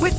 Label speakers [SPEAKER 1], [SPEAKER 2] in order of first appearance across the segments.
[SPEAKER 1] With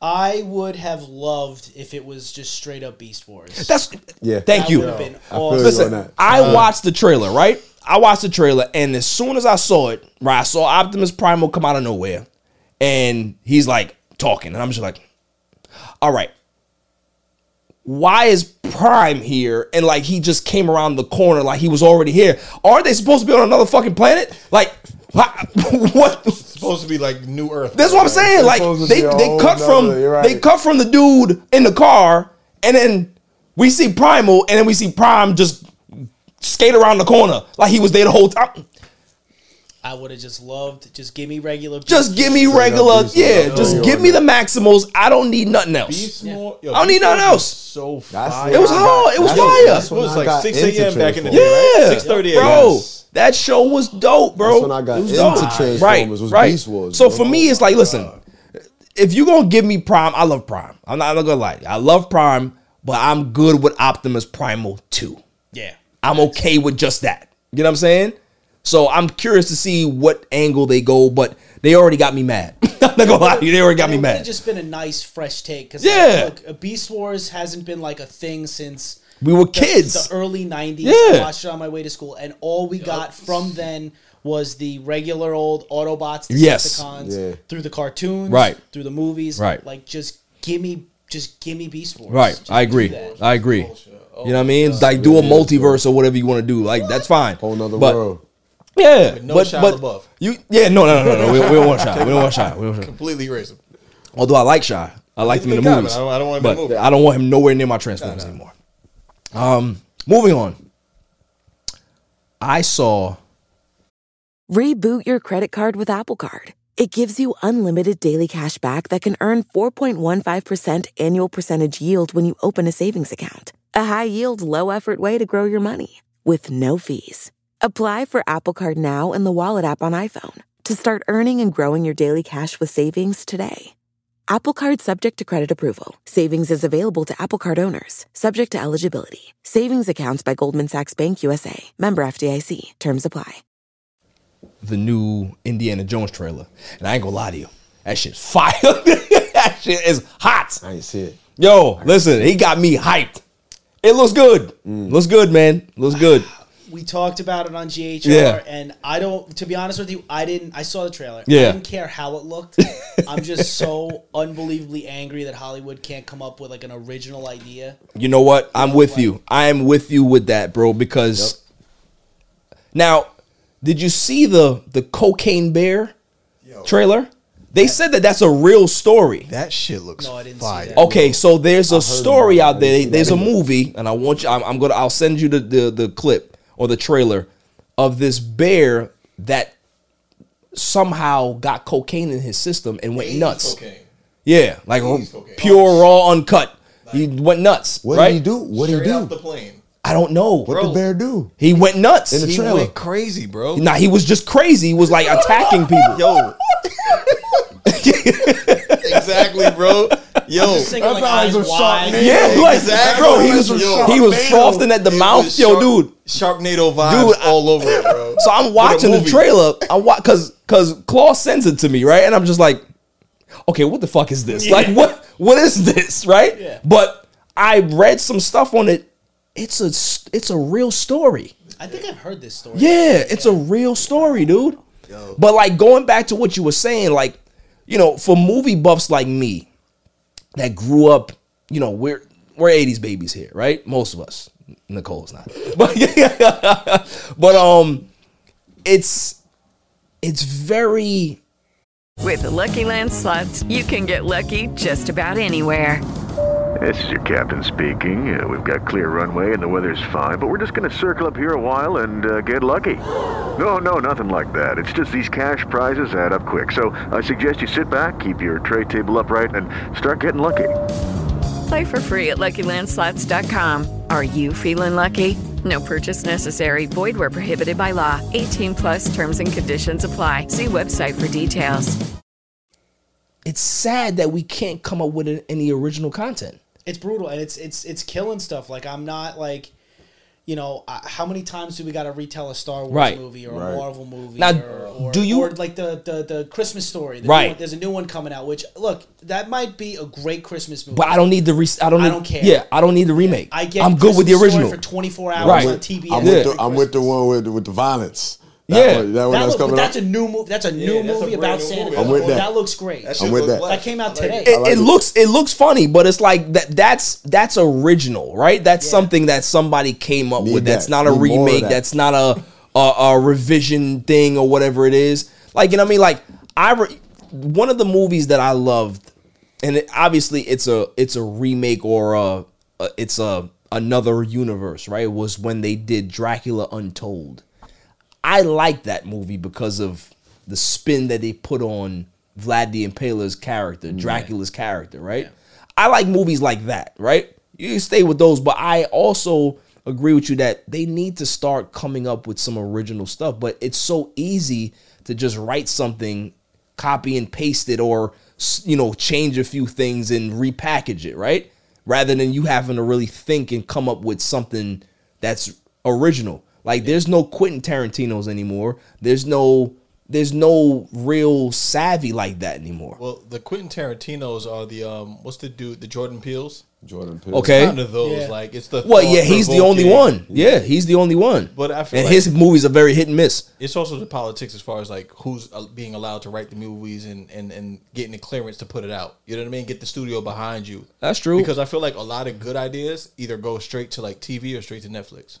[SPEAKER 2] I would have loved if it was just straight up Beast Wars.
[SPEAKER 3] That's
[SPEAKER 4] Yeah.
[SPEAKER 3] Thank
[SPEAKER 2] That
[SPEAKER 3] you.
[SPEAKER 2] would've been
[SPEAKER 4] I feel
[SPEAKER 2] awesome.
[SPEAKER 4] you
[SPEAKER 3] Listen,
[SPEAKER 4] on that. Uh,
[SPEAKER 3] I watched the trailer, right? I watched the trailer, and as soon as I saw it, right, I saw Optimus Primal come out of nowhere, and he's like talking, and I'm just like, all right, why is Prime here? And like he just came around the corner, like he was already here. Aren't they supposed to be on another fucking planet? Like, why- what?
[SPEAKER 5] supposed to be like New Earth.
[SPEAKER 3] That's what I'm saying. Like
[SPEAKER 4] supposed to
[SPEAKER 3] they,
[SPEAKER 4] be a
[SPEAKER 3] they
[SPEAKER 4] whole
[SPEAKER 3] cut from
[SPEAKER 4] nother- you're
[SPEAKER 3] they
[SPEAKER 4] right.
[SPEAKER 3] cut from the dude in the car, and then we see Primal, and then we see Prime just skate around the corner like he was there the whole time.
[SPEAKER 2] I would have just loved. Just give me regular.
[SPEAKER 3] Just give me
[SPEAKER 4] up,
[SPEAKER 3] regular,
[SPEAKER 4] Beast
[SPEAKER 3] yeah.
[SPEAKER 4] Mode.
[SPEAKER 3] Just
[SPEAKER 4] Yeah.
[SPEAKER 3] give me the Maximals. I don't need nothing else.
[SPEAKER 5] Beast Mode- yo,
[SPEAKER 3] I don't need
[SPEAKER 5] Beast Mode
[SPEAKER 3] nothing
[SPEAKER 5] was
[SPEAKER 3] else.
[SPEAKER 5] So
[SPEAKER 4] That's
[SPEAKER 5] fire.
[SPEAKER 4] when
[SPEAKER 3] It was
[SPEAKER 4] I
[SPEAKER 3] hard. It was
[SPEAKER 4] that's when-
[SPEAKER 3] fire.
[SPEAKER 4] that's
[SPEAKER 5] It was
[SPEAKER 4] when I
[SPEAKER 5] like
[SPEAKER 4] got
[SPEAKER 5] 6 a.m.
[SPEAKER 4] into
[SPEAKER 5] back in the
[SPEAKER 4] Transformers.
[SPEAKER 5] day, right?
[SPEAKER 3] Yeah.
[SPEAKER 5] 6:30 a.m.
[SPEAKER 3] Bro,
[SPEAKER 4] Yes.
[SPEAKER 3] that show was dope, bro.
[SPEAKER 4] That's when I got
[SPEAKER 3] It was
[SPEAKER 4] into Transformers,
[SPEAKER 3] Right,
[SPEAKER 4] was
[SPEAKER 3] right.
[SPEAKER 4] Beast Wars,
[SPEAKER 3] So
[SPEAKER 4] bro.
[SPEAKER 3] for me, it's like, listen, if you're gonna give me Prime, I love Prime. I'm not, I'm not gonna lie, I love Prime, but I'm good with Optimus Primal too.
[SPEAKER 2] Yeah.
[SPEAKER 3] I'm okay with just that. You know what I'm saying? So I'm curious to see what angle they go, but they already got me mad. I'm not gonna lie, to you, they already got me
[SPEAKER 2] It would have
[SPEAKER 3] mad.
[SPEAKER 2] just been a nice fresh take because
[SPEAKER 3] Yeah.
[SPEAKER 2] look, a Beast Wars hasn't been like a thing since
[SPEAKER 3] We were
[SPEAKER 2] the-
[SPEAKER 3] kids.
[SPEAKER 2] The early '90s. I
[SPEAKER 3] Yeah.
[SPEAKER 2] watched it on my way to school, and all we got from then was the regular old Autobots, Decepticons,
[SPEAKER 3] Yes.
[SPEAKER 4] Yeah.
[SPEAKER 2] through the cartoons,
[SPEAKER 3] Right.
[SPEAKER 2] through the movies,
[SPEAKER 3] Right.
[SPEAKER 2] Like just gimme, just gimme Beast Wars.
[SPEAKER 3] Right,
[SPEAKER 2] Just
[SPEAKER 3] I
[SPEAKER 2] do
[SPEAKER 3] agree.
[SPEAKER 2] that.
[SPEAKER 3] I agree.
[SPEAKER 5] Oh,
[SPEAKER 3] You know what I mean? Like do a multiverse or whatever you want to do. Like that's fine.
[SPEAKER 4] Whole nother
[SPEAKER 3] But-
[SPEAKER 4] world.
[SPEAKER 3] Yeah,
[SPEAKER 5] no
[SPEAKER 3] but
[SPEAKER 5] Shia
[SPEAKER 3] but
[SPEAKER 5] LaBeouf.
[SPEAKER 3] you yeah no no no no, no. We, we don't want Shia. We don't want Shia. We don't want Shia.
[SPEAKER 5] Completely erase him.
[SPEAKER 3] Although I like Shy, I liked him in the
[SPEAKER 5] He's a good guy,
[SPEAKER 3] movies.
[SPEAKER 5] but I don't- I don't want him
[SPEAKER 3] but
[SPEAKER 5] in the movie.
[SPEAKER 3] I don't want him nowhere near my Transformers anymore. Um, moving on. I saw
[SPEAKER 6] Reboot your credit card with Apple Card. It gives you unlimited daily cash back that can earn 4.15% annual percentage yield when you open a savings account. A high yield, low effort way to grow your money with no fees. Apply for Apple Card now in the Wallet app on iPhone to start earning and growing your daily cash with savings today. Apple Card subject to credit approval. Savings is available to Apple Card owners, subject to eligibility. Savings accounts by Goldman Sachs Bank USA. Member FDIC. Terms apply.
[SPEAKER 3] the new Indiana Jones trailer, and I ain't gonna lie to you, that shit's fire. that shit is hot.
[SPEAKER 4] I ain't see it.
[SPEAKER 3] Yo, listen, he got me hyped. It looks good.
[SPEAKER 4] Mm.
[SPEAKER 3] Looks good, man. Looks good.
[SPEAKER 2] we talked about it on GHR,
[SPEAKER 3] Yeah.
[SPEAKER 2] and I don't. To be honest with you, I didn't. I saw the trailer.
[SPEAKER 3] Yeah.
[SPEAKER 2] I didn't care how it looked. I'm just so unbelievably angry that Hollywood can't come up with like an original idea.
[SPEAKER 3] You know what? I'm with you. I am with you with that, bro. Because now, did you see the the cocaine bear trailer? They said that that's a real story.
[SPEAKER 5] That shit looks
[SPEAKER 2] No, I didn't see
[SPEAKER 5] fire.
[SPEAKER 2] that.
[SPEAKER 3] Okay, so there's a story
[SPEAKER 4] about
[SPEAKER 3] out
[SPEAKER 4] that. I
[SPEAKER 3] there.
[SPEAKER 4] didn't see
[SPEAKER 3] There's a
[SPEAKER 4] that
[SPEAKER 3] movie, and I want you. I'm, I'm gonna. I'll send you the, the the clip or the trailer of this bear that somehow got cocaine in his system and went nuts.
[SPEAKER 5] Cocaine.
[SPEAKER 3] Yeah, like oh,
[SPEAKER 5] Please, cocaine.
[SPEAKER 3] pure raw uncut. He went nuts.
[SPEAKER 4] Oh, What
[SPEAKER 3] right?
[SPEAKER 4] did he do? What did
[SPEAKER 5] Straight
[SPEAKER 4] he do?
[SPEAKER 5] off the plane.
[SPEAKER 3] I don't know.
[SPEAKER 4] what did the bear do?
[SPEAKER 3] He went nuts.
[SPEAKER 4] In the
[SPEAKER 3] He-
[SPEAKER 4] trailer.
[SPEAKER 5] Went crazy, bro.
[SPEAKER 3] Nah, he was just crazy. He was like attacking people.
[SPEAKER 5] Yo. exactly, bro. Yo.
[SPEAKER 2] Just thinking, like,
[SPEAKER 4] how
[SPEAKER 2] eyes
[SPEAKER 4] he's a shark
[SPEAKER 2] wide.
[SPEAKER 4] man.
[SPEAKER 3] yeah, like
[SPEAKER 5] Exactly.
[SPEAKER 3] bro, he was
[SPEAKER 5] Yo.
[SPEAKER 3] he was
[SPEAKER 4] Sharknado.
[SPEAKER 3] frothing at the
[SPEAKER 5] It
[SPEAKER 3] mouth.
[SPEAKER 5] was
[SPEAKER 3] Yo,
[SPEAKER 5] Shark-
[SPEAKER 3] dude.
[SPEAKER 5] Sharknado vibes
[SPEAKER 3] Dude, I-
[SPEAKER 5] all over it, bro.
[SPEAKER 3] So I'm
[SPEAKER 5] With a
[SPEAKER 3] watching the
[SPEAKER 5] movie.
[SPEAKER 3] trailer. I watch cause cause Claw sends it to me, right? And I'm just like, okay, what the fuck is this? Like what what is this? Right? But I read some stuff on it It's a s- it's a real story.
[SPEAKER 2] I think I've heard this story.
[SPEAKER 3] Yeah, it's a real story, dude. But like going back to what you were saying, like, you know, for movie buffs like me that grew up, you know, we're we're 80s babies here, right? Most of us. Nicole's not. But but um it's it's very
[SPEAKER 1] With Lucky Land slots, you can get lucky just about anywhere.
[SPEAKER 7] This is your captain speaking. Uh, we've got clear runway and the weather's fine, but we're just going to circle up here a while and uh, get lucky. No, no, nothing like that. It's just these cash prizes add up quick. So I suggest you sit back, keep your tray table upright, and start getting lucky.
[SPEAKER 1] Play for free at LuckyLandSlots.com. Are you feeling lucky? No purchase necessary. Void where prohibited by law. 18 plus terms and conditions apply. See website for details.
[SPEAKER 3] it's sad that we can't come up with a- any original content.
[SPEAKER 2] It's brutal and it's it's it's killing stuff. Like I'm not like, you know, I, how many times do we got to retell a Star Wars
[SPEAKER 3] Right.
[SPEAKER 2] movie or
[SPEAKER 3] Right.
[SPEAKER 2] a Marvel movie?
[SPEAKER 3] Now,
[SPEAKER 2] or, or,
[SPEAKER 3] do you-
[SPEAKER 2] or like the the, the Christmas story? The new
[SPEAKER 3] Right.
[SPEAKER 2] one- there's a new one coming out. Which look, that might be a great Christmas movie.
[SPEAKER 3] But I don't need the re- I don't
[SPEAKER 2] I
[SPEAKER 3] need,
[SPEAKER 2] don't care.
[SPEAKER 3] Yeah, I don't need the remake.
[SPEAKER 2] I get
[SPEAKER 3] I'm good with the
[SPEAKER 2] Christmas Story
[SPEAKER 3] original.
[SPEAKER 2] for 24 hours
[SPEAKER 3] Right.
[SPEAKER 2] on TV.
[SPEAKER 3] I'm with
[SPEAKER 2] every
[SPEAKER 3] the-
[SPEAKER 2] Christmas.
[SPEAKER 5] I'm with the one with with the violence. That
[SPEAKER 3] Yeah.
[SPEAKER 5] one, that one
[SPEAKER 2] That
[SPEAKER 5] that's
[SPEAKER 2] look- but
[SPEAKER 5] coming up.
[SPEAKER 2] that's a new movie. That's a new
[SPEAKER 5] that's a brand
[SPEAKER 2] movie about
[SPEAKER 5] new
[SPEAKER 2] Santa.
[SPEAKER 5] movie.
[SPEAKER 2] Claus.
[SPEAKER 5] I'm with that.
[SPEAKER 2] looks great.
[SPEAKER 5] That shit I'm with looks that.
[SPEAKER 2] That came out today.
[SPEAKER 3] it, it looks it looks funny, but it's like that that's that's original, right? That's something that somebody came up with. That's
[SPEAKER 5] that.
[SPEAKER 3] not a
[SPEAKER 5] Need more of
[SPEAKER 3] remake.
[SPEAKER 5] that.
[SPEAKER 3] That's not a, a a revision thing or whatever it is. Like you know what I mean? Like I re- one of the movies that I loved, and it, obviously it's a it's a remake or a, a it's a another universe, right? Was when they did Dracula Untold. I like that movie because of the spin that they put on Vlad the Impaler's character, Dracula's character, right? I like movies like that, right? You stay with those, but I also agree with you that they need to start coming up with some original stuff. But it's so easy to just write something, copy and paste it, or s- you know, change a few things and repackage it, right? Rather than you having to really think and come up with something that's original. Like there's no Quentin Tarantino's anymore. There's no there's no real savvy like that anymore.
[SPEAKER 5] Well, the Quentin Tarantino's are the um, what's the dude? The Jordan Peels. Jordan Peels.
[SPEAKER 3] Okay.
[SPEAKER 5] kind of those. Like it's the
[SPEAKER 3] Eh? Well, yeah, he's the only
[SPEAKER 5] thought-provoking-
[SPEAKER 3] one. Yeah, he's the only one.
[SPEAKER 5] But I feel
[SPEAKER 3] and
[SPEAKER 5] like-
[SPEAKER 3] his movies are very hit and miss.
[SPEAKER 5] It's also the politics as far as like who's uh, being allowed to write the movies and, and and getting the clearance to put it out. You know what I mean? Get the studio behind you.
[SPEAKER 3] That's true.
[SPEAKER 5] Because I feel like a lot of good ideas either go straight to like TV or straight to Netflix.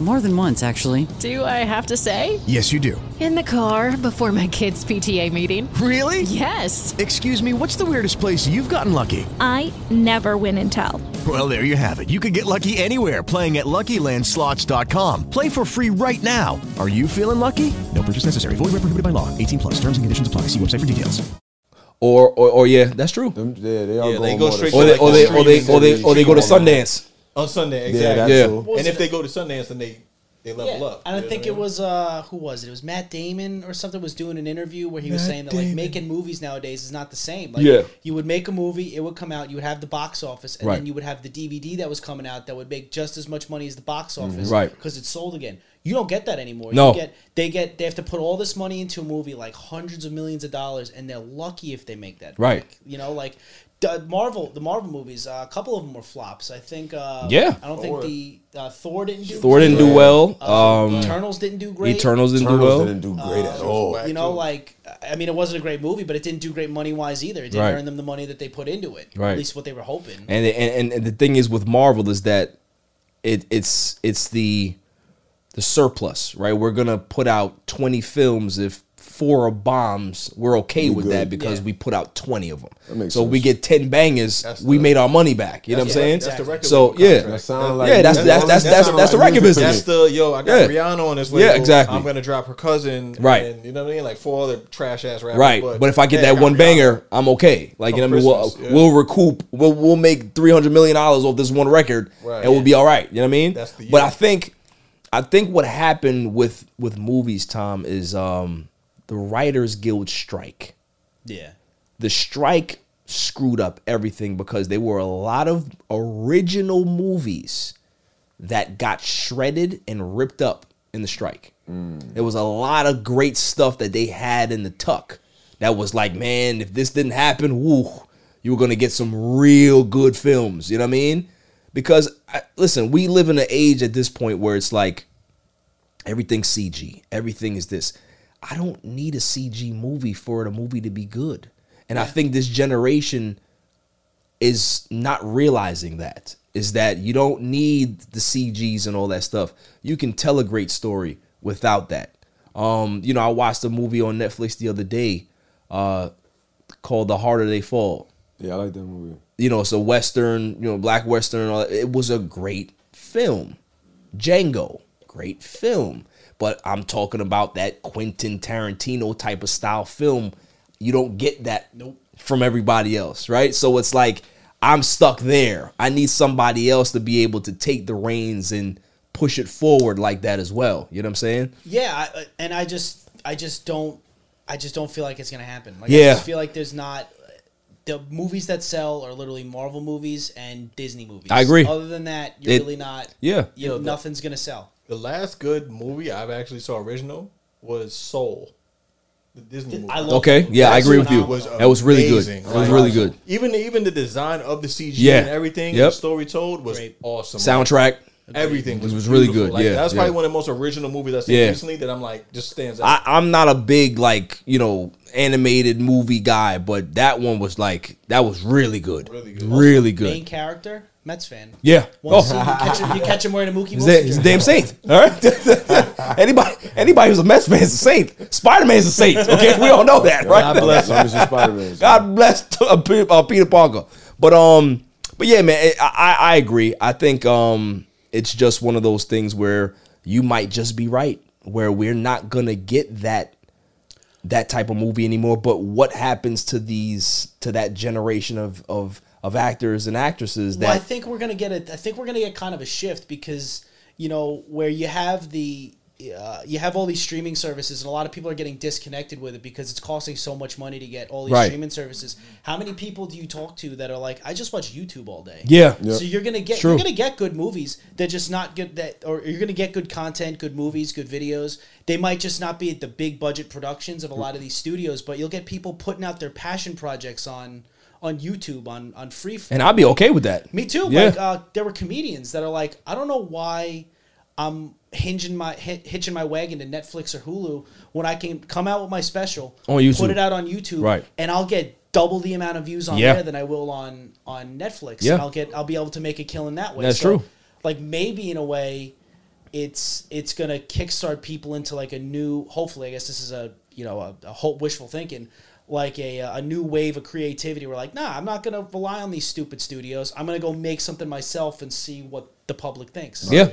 [SPEAKER 8] More than once, actually.
[SPEAKER 9] Do I have to say?
[SPEAKER 10] Yes, you do.
[SPEAKER 9] In the car before my kids' PTA meeting.
[SPEAKER 10] Really?
[SPEAKER 9] Yes.
[SPEAKER 10] Excuse me, what's the weirdest place you've gotten lucky?
[SPEAKER 11] I never win and tell.
[SPEAKER 10] Well, there you have it. You can get lucky anywhere playing at LuckyLandSlots.com. Play for free right now. Are you feeling lucky? No purchase necessary. Void where prohibited by law. 18 plus. Terms and conditions apply. See website for details.
[SPEAKER 3] Or or, or yeah, that's true.
[SPEAKER 5] yeah, they Yeah,
[SPEAKER 3] are
[SPEAKER 5] they
[SPEAKER 3] going
[SPEAKER 5] go
[SPEAKER 3] more
[SPEAKER 5] straight
[SPEAKER 3] to- Or they-
[SPEAKER 5] like,
[SPEAKER 3] or
[SPEAKER 5] the
[SPEAKER 3] they- or they-
[SPEAKER 5] streaming
[SPEAKER 3] or they- or they go to
[SPEAKER 5] streaming.
[SPEAKER 3] Sundance.
[SPEAKER 5] On Sunday,
[SPEAKER 3] Yeah,
[SPEAKER 5] exactly.
[SPEAKER 3] that's Yeah. true.
[SPEAKER 5] And if they go to Sundance, then they they level
[SPEAKER 2] Yeah,
[SPEAKER 5] up.
[SPEAKER 2] And I
[SPEAKER 5] You know
[SPEAKER 2] think
[SPEAKER 5] what
[SPEAKER 2] it was uh who was it? It was Matt Damon or something was doing an interview where he was
[SPEAKER 5] Matt
[SPEAKER 2] saying that like making movies nowadays is not the same. Like
[SPEAKER 3] Yeah.
[SPEAKER 2] you would make a movie, it would come out, you would have the box office, and
[SPEAKER 3] Right.
[SPEAKER 2] then you would have the DVD that was coming out that would make just as much money as the box
[SPEAKER 5] Mm-hmm.
[SPEAKER 2] office,
[SPEAKER 3] Right.
[SPEAKER 2] Because it's sold again. You don't get that anymore.
[SPEAKER 3] No.
[SPEAKER 2] You get they get they have to put all this money into a movie, like hundreds of millions of dollars, and they're lucky if they make that.
[SPEAKER 3] Right.
[SPEAKER 2] back. You know, like the Marvel, the Marvel movies, uh, a couple of them were flops. I think. Uh,
[SPEAKER 3] Yeah.
[SPEAKER 2] I don't think the uh, Thor didn't do.
[SPEAKER 3] Thor didn't do
[SPEAKER 2] great.
[SPEAKER 3] well.
[SPEAKER 2] Uh,
[SPEAKER 3] Um,
[SPEAKER 2] Eternals didn't do great.
[SPEAKER 3] Eternals didn't do Eternals well. didn't do
[SPEAKER 5] great at all.
[SPEAKER 2] You know, like I mean, it wasn't a great movie, but it didn't do great money wise either. It didn't
[SPEAKER 3] Right.
[SPEAKER 2] earn them the money that they put into it.
[SPEAKER 3] Right.
[SPEAKER 2] At least what they were hoping.
[SPEAKER 3] And and, and and the thing is with Marvel is that it it's it's the the surplus, right? We're gonna put out twenty films if four are bombs, we're okay
[SPEAKER 5] We
[SPEAKER 3] with
[SPEAKER 5] good.
[SPEAKER 3] that because we put out twenty of them.
[SPEAKER 5] makes
[SPEAKER 3] so we
[SPEAKER 5] sense.
[SPEAKER 3] get ten bangers, we made our money back. You know what I'm
[SPEAKER 5] that's
[SPEAKER 3] saying?
[SPEAKER 5] the- that's the record
[SPEAKER 3] so
[SPEAKER 5] label
[SPEAKER 3] yeah,
[SPEAKER 5] contract. That sound like-
[SPEAKER 3] yeah, that's
[SPEAKER 5] that-
[SPEAKER 3] that's that's
[SPEAKER 5] that
[SPEAKER 3] that's,
[SPEAKER 5] sound
[SPEAKER 3] that's the
[SPEAKER 5] like
[SPEAKER 3] record
[SPEAKER 5] music
[SPEAKER 3] business.
[SPEAKER 5] business. That's the, yo, I got
[SPEAKER 3] Yeah.
[SPEAKER 5] Rihanna on this
[SPEAKER 3] Yeah,
[SPEAKER 5] label.
[SPEAKER 3] exactly.
[SPEAKER 5] I'm gonna drop her cousin.
[SPEAKER 3] Right.
[SPEAKER 5] And, you know what I mean? Like four other trash ass rappers.
[SPEAKER 3] Right, but, if I get
[SPEAKER 5] hey,
[SPEAKER 3] that
[SPEAKER 5] got
[SPEAKER 3] one
[SPEAKER 5] Rihanna.
[SPEAKER 3] banger, I'm okay. Like you know,
[SPEAKER 5] From
[SPEAKER 3] what I mean, we'll,
[SPEAKER 5] Christmas, yeah.
[SPEAKER 3] we'll recoup. We'll we'll make three hundred million dollars off this one record,
[SPEAKER 5] Right.
[SPEAKER 3] and we'll be all right. You know what I mean?
[SPEAKER 5] That's the
[SPEAKER 3] but
[SPEAKER 5] year.
[SPEAKER 3] I think, I think what happened with with movies, Tom, is um the Writers Guild strike.
[SPEAKER 2] Yeah.
[SPEAKER 3] The strike screwed up everything because there were a lot of original movies that got shredded and ripped up in the strike. There was a lot of great stuff that they had in the tuck that was like, man, if this didn't happen, woo, you were gonna get some real good films. You know what I mean? Because I, listen, we live in an age at this point where it's like everything's CG, everything is this. I don't need a CG movie for the movie to be good, and I think this generation is not realizing that is that you don't need the CGs and all that stuff. You can tell a great story without that. Um, you know, I watched a movie on Netflix the other day uh, called "The Harder They Fall."
[SPEAKER 4] Yeah, I like that movie.
[SPEAKER 3] You know, it's a western, you know, black western. And all that. It was a great film. Django, great film. But I'm talking about that Quentin Tarantino type of style film. You don't get that from everybody else, right? So it's like I'm stuck there. I need somebody else to be able to take the reins and push it forward like that as well. You know what I'm saying?
[SPEAKER 2] Yeah, I, uh, and I just I just don't I just don't feel like it's gonna happen. Like I
[SPEAKER 3] Yeah.
[SPEAKER 2] just feel like there's not the movies that sell are literally Marvel movies and Disney movies.
[SPEAKER 3] I agree.
[SPEAKER 2] Other than that, you're
[SPEAKER 3] It-
[SPEAKER 2] really not.
[SPEAKER 3] yeah.
[SPEAKER 2] you
[SPEAKER 5] Yeah, the-
[SPEAKER 2] nothing's gonna sell.
[SPEAKER 5] The last good movie I've actually saw original was Soul. The Disney movie.
[SPEAKER 2] I love
[SPEAKER 3] Okay, yeah, I agree with you. That was really good.
[SPEAKER 5] amazing.
[SPEAKER 3] That was really good.
[SPEAKER 5] Even even the design of the CG
[SPEAKER 3] Yeah.
[SPEAKER 5] and everything,
[SPEAKER 3] Yep.
[SPEAKER 5] the story told was awesome.
[SPEAKER 3] Soundtrack.
[SPEAKER 5] everything was,
[SPEAKER 3] It was really
[SPEAKER 5] beautiful.
[SPEAKER 3] good,
[SPEAKER 5] Like,
[SPEAKER 3] yeah,
[SPEAKER 5] that's
[SPEAKER 3] yeah.
[SPEAKER 5] probably one of the most original movies I've seen
[SPEAKER 3] Yeah.
[SPEAKER 5] recently that I'm like just stands out.
[SPEAKER 3] I, I'm not a big like you know animated movie guy, but that one was like that was really good, really good, really
[SPEAKER 2] Main
[SPEAKER 3] good.
[SPEAKER 2] character, Mets fan.
[SPEAKER 3] Yeah.
[SPEAKER 2] One
[SPEAKER 3] Oh.
[SPEAKER 2] scene, you, catch him, you catch him wearing a Mookie
[SPEAKER 3] He's,
[SPEAKER 2] Betts
[SPEAKER 3] a, he's a
[SPEAKER 2] jersey.
[SPEAKER 3] damn saint. All right, anybody anybody who's a Mets fan is a saint. Spider Man is a saint. Okay, we all know that, right?
[SPEAKER 4] God bless him, Mr. Spider-Man.
[SPEAKER 3] God bless t- uh, Peter, uh, Peter Parker. But um, but yeah, man, it- I, I I agree. I think um, it's just one of those things where you might just be right, where we're not gonna get that that type of movie anymore. But what happens to these to that generation of of of actors and actresses that
[SPEAKER 2] Well, I think we're gonna get a. I think we're gonna get kind of a shift because you know where you have the. Uh, you have all these streaming services, and a lot of people are getting disconnected with it because it's costing so much money to get all these
[SPEAKER 3] Right.
[SPEAKER 2] streaming services. How many people do you talk to that are like, "I just watch YouTube all day"?
[SPEAKER 3] Yeah. Yeah.
[SPEAKER 2] So you're gonna get
[SPEAKER 3] True.
[SPEAKER 2] you're gonna get good movies. They're just not good that, or you're gonna get good content, good movies, good videos. They might just not be at the big budget productions of a lot of these studios, but you'll get people putting out their passion projects on on YouTube on on free.
[SPEAKER 3] And I'd be okay with that.
[SPEAKER 2] Me too.
[SPEAKER 3] Yeah.
[SPEAKER 2] Like uh, there were comedians that are like, I don't know why I'm hinging my hi- hitching my wagon to Netflix or Hulu when I can come out with my special
[SPEAKER 3] On
[SPEAKER 2] put
[SPEAKER 3] YouTube.
[SPEAKER 2] it out on YouTube,
[SPEAKER 3] Right.
[SPEAKER 2] And I'll get double the amount of views on
[SPEAKER 3] Yeah.
[SPEAKER 2] there than I will on on Netflix.
[SPEAKER 3] Yeah.
[SPEAKER 2] And I'll get I'll be able to make a killing that way.
[SPEAKER 3] That's true.
[SPEAKER 2] Like maybe in a way, it's it's gonna kickstart people into like a new. Hopefully, I guess this is a you know a, a hope wishful thinking. Like a, uh, a new wave of creativity. We're like, nah, I'm not gonna rely on these stupid studios. I'm gonna go make something myself and see what the public thinks.
[SPEAKER 3] Yeah.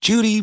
[SPEAKER 12] Judy